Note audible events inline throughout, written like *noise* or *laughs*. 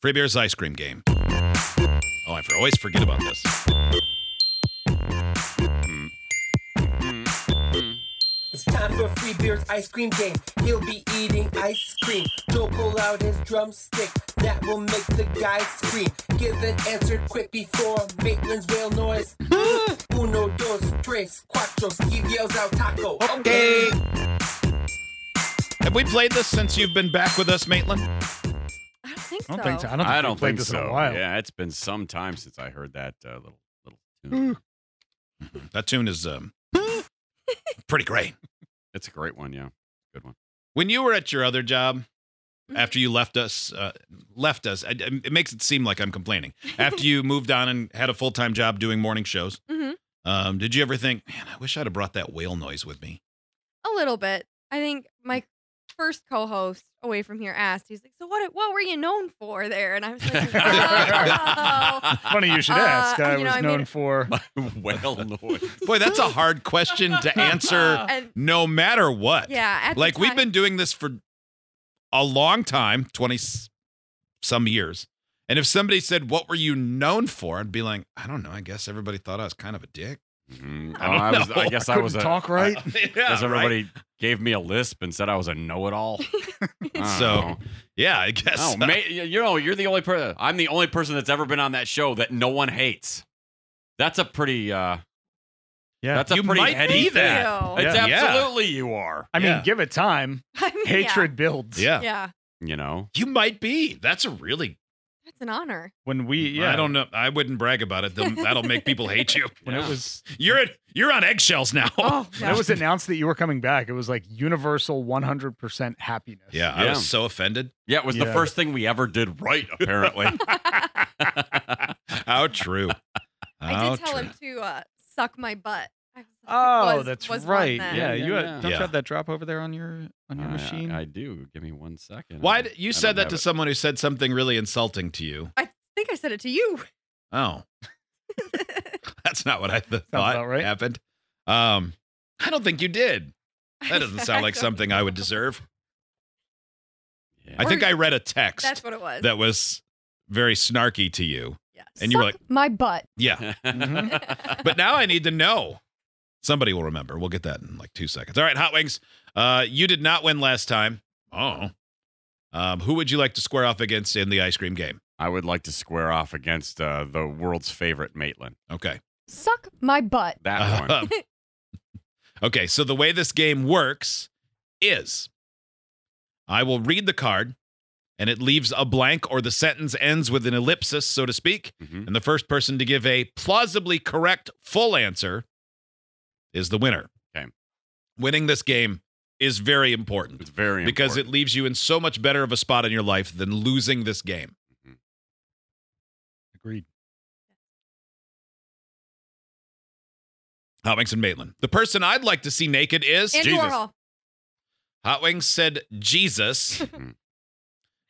Free Beer's ice cream game. Oh, I for- always forget about this. It's time for Free Beer's ice cream game. He'll be eating ice cream. Joe pull out his drumstick. That will make the guy scream. Give an answer quick before Maitland's whale noise. Uno, dos, tres, cuatro. Steve yells out taco. Okay. Have we played this since you've been back with us, Maitland? I don't think I don't so. think so. I don't think, I we've don't played think this so. in a while. Yeah, it's been some time since I heard that uh, little little Hmm. tune. That tune is um, *laughs* pretty great. it's a great one. *laughs* Yeah, *laughs* good one. When you were at your other job, after you left us, uh, left us, I, it makes it seem like I'm complaining. After you moved on and had a full time job doing morning shows, Mhm. um, did you ever think, man, I wish I'd have brought that whale noise with me? A little bit. I think my first co-host away from here asked. He's like, "So what? What were you known for there?" And I was like, "Oh, *laughs* Funny you should Uh, ask. I you know, was I known mean- *laughs* for. Whale *laughs* noise. Boy, that's a hard question *laughs* to *laughs* answer and no matter what. yeah, at the like we've time- been doing this for a long time 20 s- some years and if somebody said what were you known for i'd be like i don't know i guess everybody thought i was kind of a *laughs* dick *laughs* Mhm. I don't I, was, I know. guess I Couldn't was a, *laughs* talk right. yeah, Because everybody gave me a lisp and said I was *laughs* a know-it-all. I So, *laughs* uh, don't know. yeah i guess oh, ma- you you know, you're the only person. I'm the only person that's ever been on that show that no one hates. That's a pretty. uh Yeah. That's a You pretty might heady be that. *laughs* Ew. It's Yeah. Yeah. absolutely you are. I mean, Yeah. give *laughs* it time. I mean, Hatred builds. yeah. Yeah. yeah, You know, you might be that's a really that's an honor. *laughs* When we, yeah, i don't know i wouldn't brag about it They'll- that'll make people hate you When Yeah. it *laughs* was, you're at, you're on eggshells now when Oh, yeah. it was announced that you were coming back, it was like universal 100% happiness. *laughs* yeah i Yeah. was so offended yeah, it was the Yeah. first thing we ever did right, apparently. *laughs* *laughs* how true *laughs* I How did tell Oh, true. him to uh, suck my butt. I was like, Oh, was- that's was one right. then. Yeah, Yeah, you yeah, had- yeah. don't you Yeah. have that drop over there on your on your I- machine? I, do. Give me one second. why I- d- you I said don't that have to it. someone who said something really insulting to you I think I said it to you. *laughs* Oh, *laughs* that's not what I th- thought about right. happened. Um, I don't think you did. That doesn't sound like *laughs* don't something I would know. deserve. Yeah. *laughs* I think Or- I read a That's text what it was. that was very snarky to you. yeah. and you were Suck my butt. *laughs* Yeah. *laughs* Mm-hmm. But now I need to know. Somebody will remember. We'll get that in like two seconds. All right, Hot Wings. Uh, you did not win last time. Oh. Um, who would you like to square off against in the ice cream game? I would like to square off against uh, the world's favorite Maitland. Okay. suck my butt. Uh-huh. That one. Okay, so the way this game works is I will read the card and it leaves a blank or the sentence ends with an ellipsis, so to speak. Mhm. And the first person to give a plausibly correct full answer is the winner. Okay. Winning this game is very important It's very because important. it leaves you in so much better of a spot in your life than losing this game. Agreed. Hot Wings and Maitland. The person I'd like to see naked is Andy Warhol. *laughs* Hot Wings said Jesus. Hmm.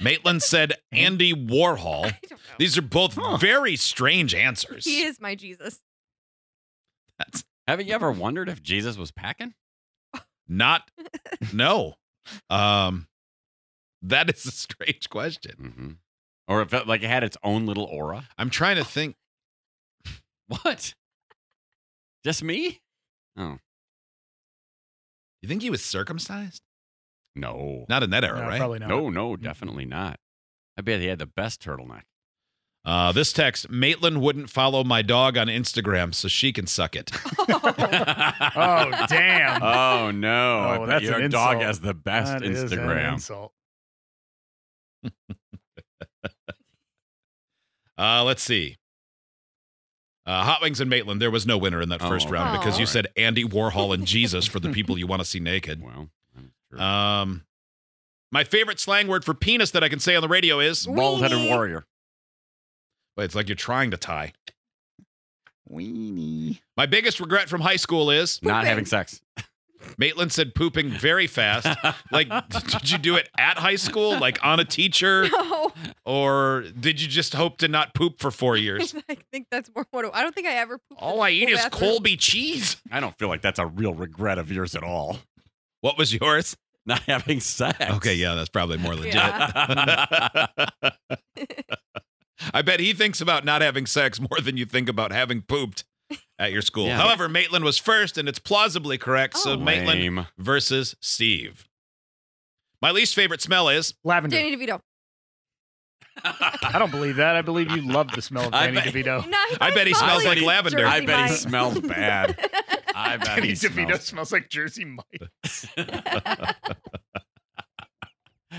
Maitland said Andy Warhol. I don't know. These are both Huh. very strange answers. He is *laughs* my Jesus. *laughs* That's Haven't you ever wondered if Jesus was packing? not no. Um that is a strange question. Mm-hmm. Or if it, like it had its own little aura? *laughs* I'm trying to think. What? Just me? You think he was circumcised? No. Not in that No, era, right? Probably not. No, no, definitely not. I bet he had the best turtleneck. Uh, this text, Maitland wouldn't follow my dog on Instagram, so she can suck it. *laughs* Oh, damn. *laughs* oh no! I Oh, bet that's your an dog insult. has the best That is an Instagram. insult. Uh, let's see. Uh, Hot Wings and Maitland, there was no winner in that Oh, first round okay. because Oh. you said Andy Warhol and Jesus for the people you want to see naked. Well, I'm sure. Um, my favorite slang word for penis that I can say on the radio is bald-headed warrior. But it's like you're trying to tie. Weenie. My biggest regret from high school is Not having sex. Maitland said pooping very fast. Like, *laughs* did you do it at high school, like on a teacher, No, *laughs* or did you just hope to not poop for four years? I think that's more what I don't think I ever. pooped in *laughs* All the I eat school is bathroom. Colby cheese. I don't feel like that's a real regret of yours at all. *laughs* What was yours? Not having sex. Okay, *laughs* yeah, that's probably more legit. Yeah. I bet he thinks about not having sex more than you think about having pooped at your school. *laughs* Yeah. However, Maitland was first, and it's plausibly correct. so Oh. Maitland Lame. versus Steve. My least favorite smell is Lavender. Danny DeVito. I don't believe that. I believe you love the smell of *laughs* I Danny bet- DeVito. No, he I bet he smells like like lavender. Jersey I bet he Mike's. *laughs* smells bad. I bet Danny he DeVito smells. smells like Jersey Mike. *laughs*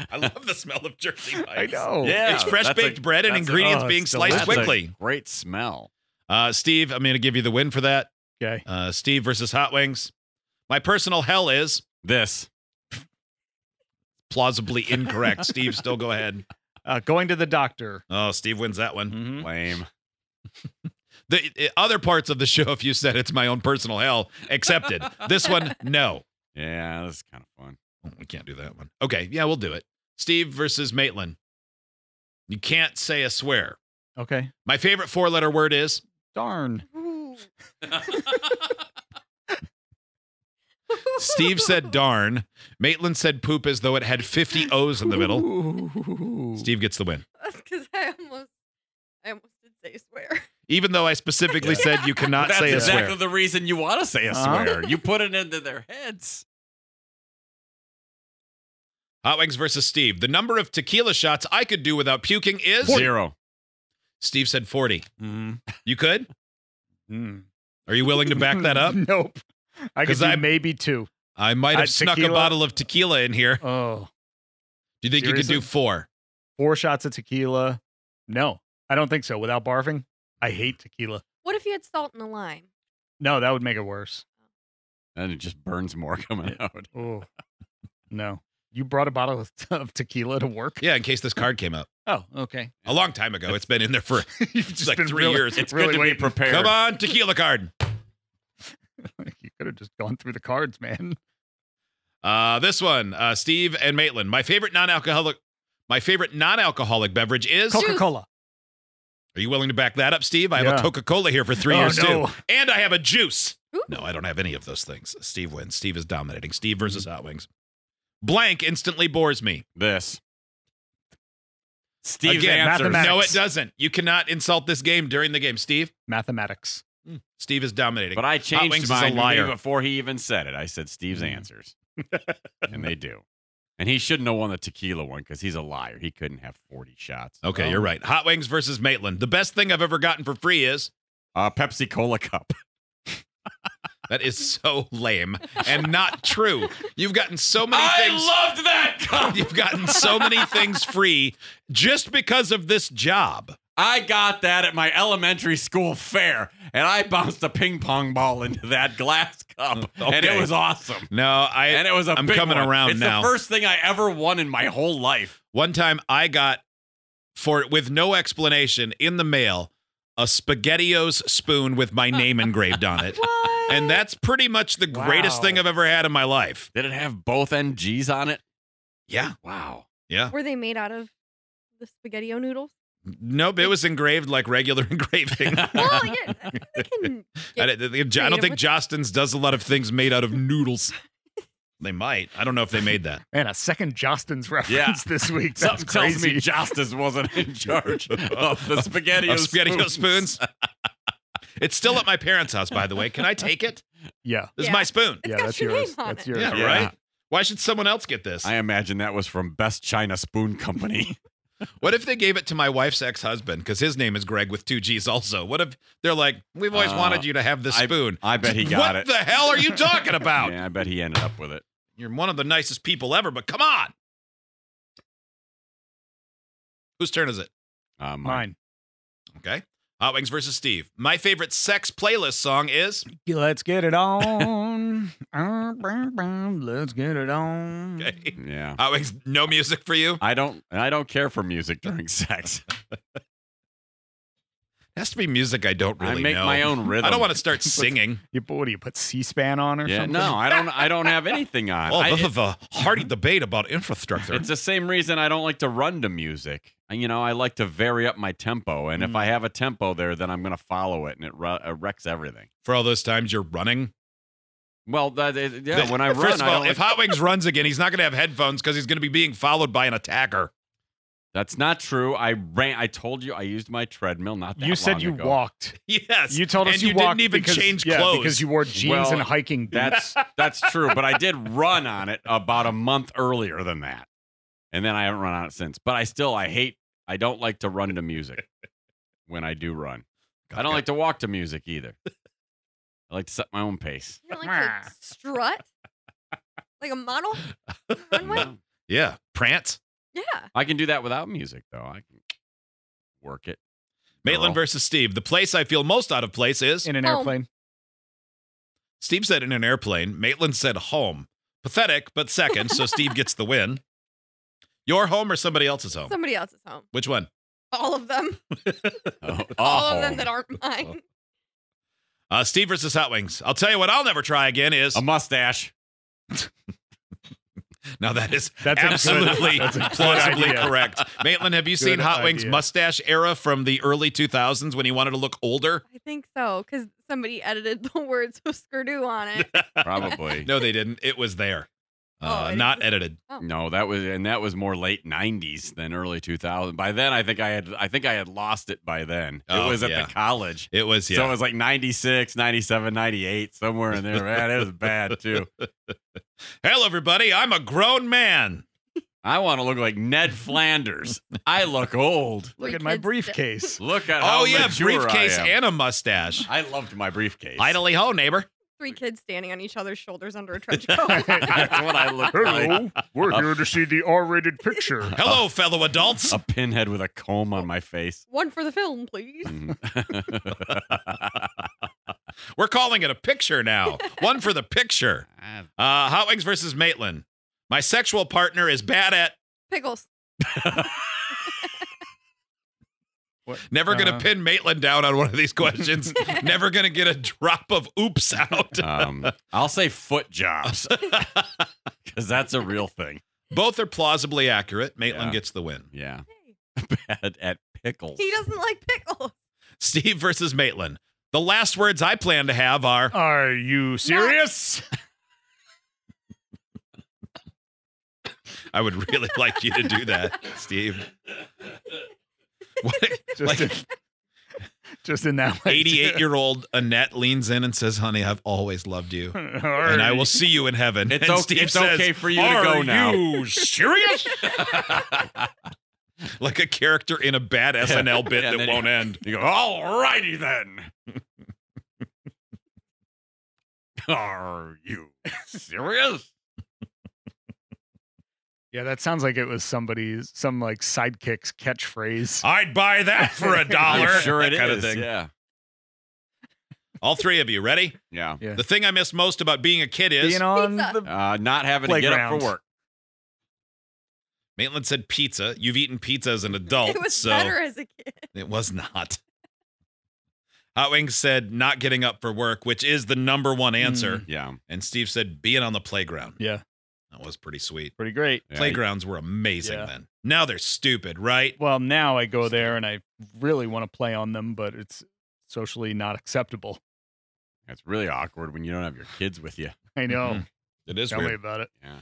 I love the smell of Jersey Mike's. I know. Yeah, It's fresh that's a- baked bread and that's a- ingredients oh, being it's sliced delicious. quickly. A great smell. Uh, Steve, I'm going to give you the win for that. Okay. Uh, Steve versus Hot Wings. My personal hell is This. plausibly incorrect. *laughs* Steve, still go ahead. Uh, going to the doctor. Oh, Steve wins that one. Lame. The i- other parts of the show, *laughs* if you said it's my own personal hell, accepted. this *laughs* one, no. Yeah, this is kind *laughs* of fun. Oh, We can't do that one. Okay, yeah, we'll do it. Steve versus Maitland. You can't say a swear. Okay. My favorite four letter word is Darn. Ooh. Steve *laughs* *laughs* said darn. Maitland said poop as though it had 50 O's in the middle. Ooh. Steve gets the win. That's because I almost, I almost did say swear. *laughs* Even though I specifically said you cannot That's say a exactly swear. the reason you want to say a Huh? swear. You put it into their heads. Hot Wings versus Steve. The number of tequila shots I could do without puking is. 0 Steve said 40. Mm-hmm. You could? Mm. Are you willing to back that up? *laughs* nope. I could 'Cause do I- maybe two. I might have Uh, snuck a tequila? bottle of tequila in here. Oh. Do you think you could do Seriously? four? Four shots of tequila. No, I don't think so. Without barfing, I hate tequila. What if you had salt and a lime? No, that would make it worse. And it just burns more *laughs* coming out. Oh. *laughs* no. You brought a bottle of, of tequila to work? Yeah, in case this card came up. Oh, *laughs* okay. A long time ago. It's been in there *laughs* for You've just like been three really- years. It's Really good to waiting. be prepared. Come on, tequila card. *laughs* you could have just gone through the cards, man. Uh, this one, uh, Steve and Maitland. My favorite non-alcoholic, my favorite non-alcoholic beverage is. Coca Cola. Are you willing to back that up, Steve? I have a Yeah. Coca-Cola here for three Oh, years no. too, and I have a juice. Ooh. No, I don't have any of those things. Steve wins. Steve is dominating. Steve Mm-hmm. versus Hot Wings. Blank instantly bores me. This. Steve's Again, answer. mathematics. No, it doesn't. You cannot insult this game during the game, Steve. Mathematics. Steve is dominating. But I Wings changed is a mine liar. way before he even said it. I said Steve's answers. *laughs* *laughs* and they do. And he shouldn't have won the tequila one because he's a liar. He couldn't have 40 shots. Okay, Oh. you're right. Hot Wings versus Maitland. The best thing I've ever gotten for free is Uh, Pepsi Cola *laughs* cup. that is so lame and not true. You've gotten so many things. loved that *laughs* *laughs* cup. You've gotten so many things free just because of this job. I got that at my elementary school fair, and I bounced a ping pong ball into that glass *laughs* cup, and Okay. it was awesome. No, I and it was a I'm big coming one. around it's now. the first thing I ever won in my whole life. one time I got for with no explanation in the mail a spaghettios spoon with my name engraved on it. *laughs* What? And that's pretty much the greatest Wow. thing I've ever had in my life. Did it have both NGs on it? Yeah. Wow. Yeah. Were they made out of the spaghetti-o *laughs* noodles? Nope, it was engraved like regular *laughs* engraving. Well, yeah, they can *laughs* I get don't, I don't think creative Jostens does a lot of things made *laughs* out of noodles. they might. I don't know if they made *laughs* that. Man, a second Justin's reference this week. That's Something tells crazy. me Justice wasn't *laughs* in charge of the spaghetti Of spaghetti *laughs* spoons. it's still at my parents' house, by the way. Can I take it? yeah. This is Yeah. my spoon. It's yeah, got that's your name yours. on that's it. yours. Yeah, Yeah. right. Why should someone else get this? I imagine that was from Best China Spoon Company. What if they gave it to my wife's ex-husband because his name is Greg with two G's also? What if they're like, "We've always Uh, wanted you to have this I- spoon." *laughs* I bet he got what it. the hell are you talking *laughs* about? Yeah, I bet he ended up with it. You're one of the nicest people ever, but come on. Whose turn is it? Uh, Mine. *laughs* Okay. Hot Wings versus Steve. My favorite sex playlist song is Let's get it on. Uh, bam, bam, Let's get it on. Mm-hmm. okay. Yeah. Hot Wings, no music for you. I don't. I don't care for music during sex. has to be music I don't really I make know. my own rhythm. I don't want to *laughs* start singing. You, what do you put C-SPAN on or Yeah, something? no, I don't. I don't have *laughs* anything on. Oh, I- this is a hearty debate about infrastructure. It's the same reason I don't like to run to music. And, You know, I like to vary up my tempo, and if Mm. I have a tempo there, then I'm going to follow it, and it, ru- it wrecks everything. For all those times you're running. Well, that, it- yeah, when I run, First of I all, don't like- if Hot *laughs* Wings runs again, he's not going to have headphones because he's going to be being followed by an attacker. that's not true. I ran. I told you I used my treadmill. Not that You said long you *laughs* ago. walked. Yes. You told us and you, you walked didn't even because, change yeah, clothes. because you wore jeans Well, and hiking. boots. That's that's true, but I did run on it about a month earlier than that, and then I haven't run on it since. But I still I hate I don't like to run to music when I do run. I don't like to walk to music either. I like to set my own pace. You don't like to strut like a model. *laughs* on the Runway. No. Yeah. Prance. Yeah. *laughs* I can do that without music though. I can *laughs* work it. Maitland Girl. versus Steve. The place I feel most out of place is. *laughs* in an Home. airplane. Steve said in an airplane. Maitland said home. Pathetic, but second, so Steve gets the win. Your home or somebody else's home? Somebody else's home. Which one? All of them. *laughs* Oh, All of them home. that aren't mine. Uh, Steve versus Hot Wings. I'll tell you what I'll never try again is. a Um, mustache. *laughs* now that is That's a good- absolutely *laughs* that's a good plausibly idea. correct. Maitland, have you seen Good Hot Wings idea. mustache era from the early 2000s when he wanted to look older? I think so, because somebody edited the *laughs* words with skirdo on it. Probably. No, they didn't. It was there. Oh, Uh, it not is- edited. No, that was and that was more late '90s than early 2000. By then, I think I had I think I had lost it by then. Oh, it was at yeah. the college, It was, yeah. so it was like 96, 97, 98, somewhere in there. Man, it was bad too. Hello, everybody. I'm a grown man. I want to look like Ned Flanders. I look old. Look Three at my kids. *laughs* briefcase. *laughs* Look at how Oh, yeah. mature Briefcase I, am. and a mustache. I loved my briefcase. Idly ho, neighbor. Three kids standing on each other's shoulders under a trench coat. *laughs* That's what I look like. we're here to see the R-rated picture. *laughs* Hello, fellow adults. A pinhead with a comb on my face. Mm-hmm. One for the film, please. Mhm. We're calling it a picture now. One for the picture. Uh, Hot Wings versus Maitland. My sexual partner is bad at Pickles. never going Uh-huh. to Uh. pin Maitland down on one of these questions. *laughs* never going to get a drop of oops *laughs* out. um, I'll say foot jobs because that's a real thing. Both are plausibly accurate. Maitland Yeah. gets the win. Yeah. Hey, *laughs* Bad at pickles. He doesn't like pickles. Steve versus Maitland. The last words I plan to have *laughs* are Are you serious? I would really like you to do that, Steve. What, Just, in, *laughs* just in that way. *laughs* 88 year old Annette leans in and says, Honey, I've always loved you. And I will see you in heaven. It's, and okay, Steve it's says, okay for you to "Are go now. you serious? *laughs* like a character in a bad SNL bit Yeah, and that then *laughs* won't end. You go, all righty then. *laughs* Are you serious? Yeah, that sounds like it was somebody's some like sidekick's catchphrase. I'd buy that for a dollar. I'm sure it That is. kind of thing. Yeah. All three of you ready? Yeah. Yeah. The thing I miss most about being a kid is Being on Pizza. the Uh, not having to get up Playground. for work. Maitland said pizza. You've eaten pizza as an adult. *laughs* it was Oh, so better as a kid. It was not. Hot Wings said not getting up for work, which is the number one answer. Yeah. And Steve said being on the playground. Hmm. Yeah. That was pretty sweet. Pretty great. Yeah. Playgrounds were amazing Yeah. then. Now they're stupid, right? Well, now I go there and I really want to play on them, but it's socially not acceptable. *laughs* It's really awkward when you don't have your kids with you. I know. Mhm. It is Tell me weird. about it.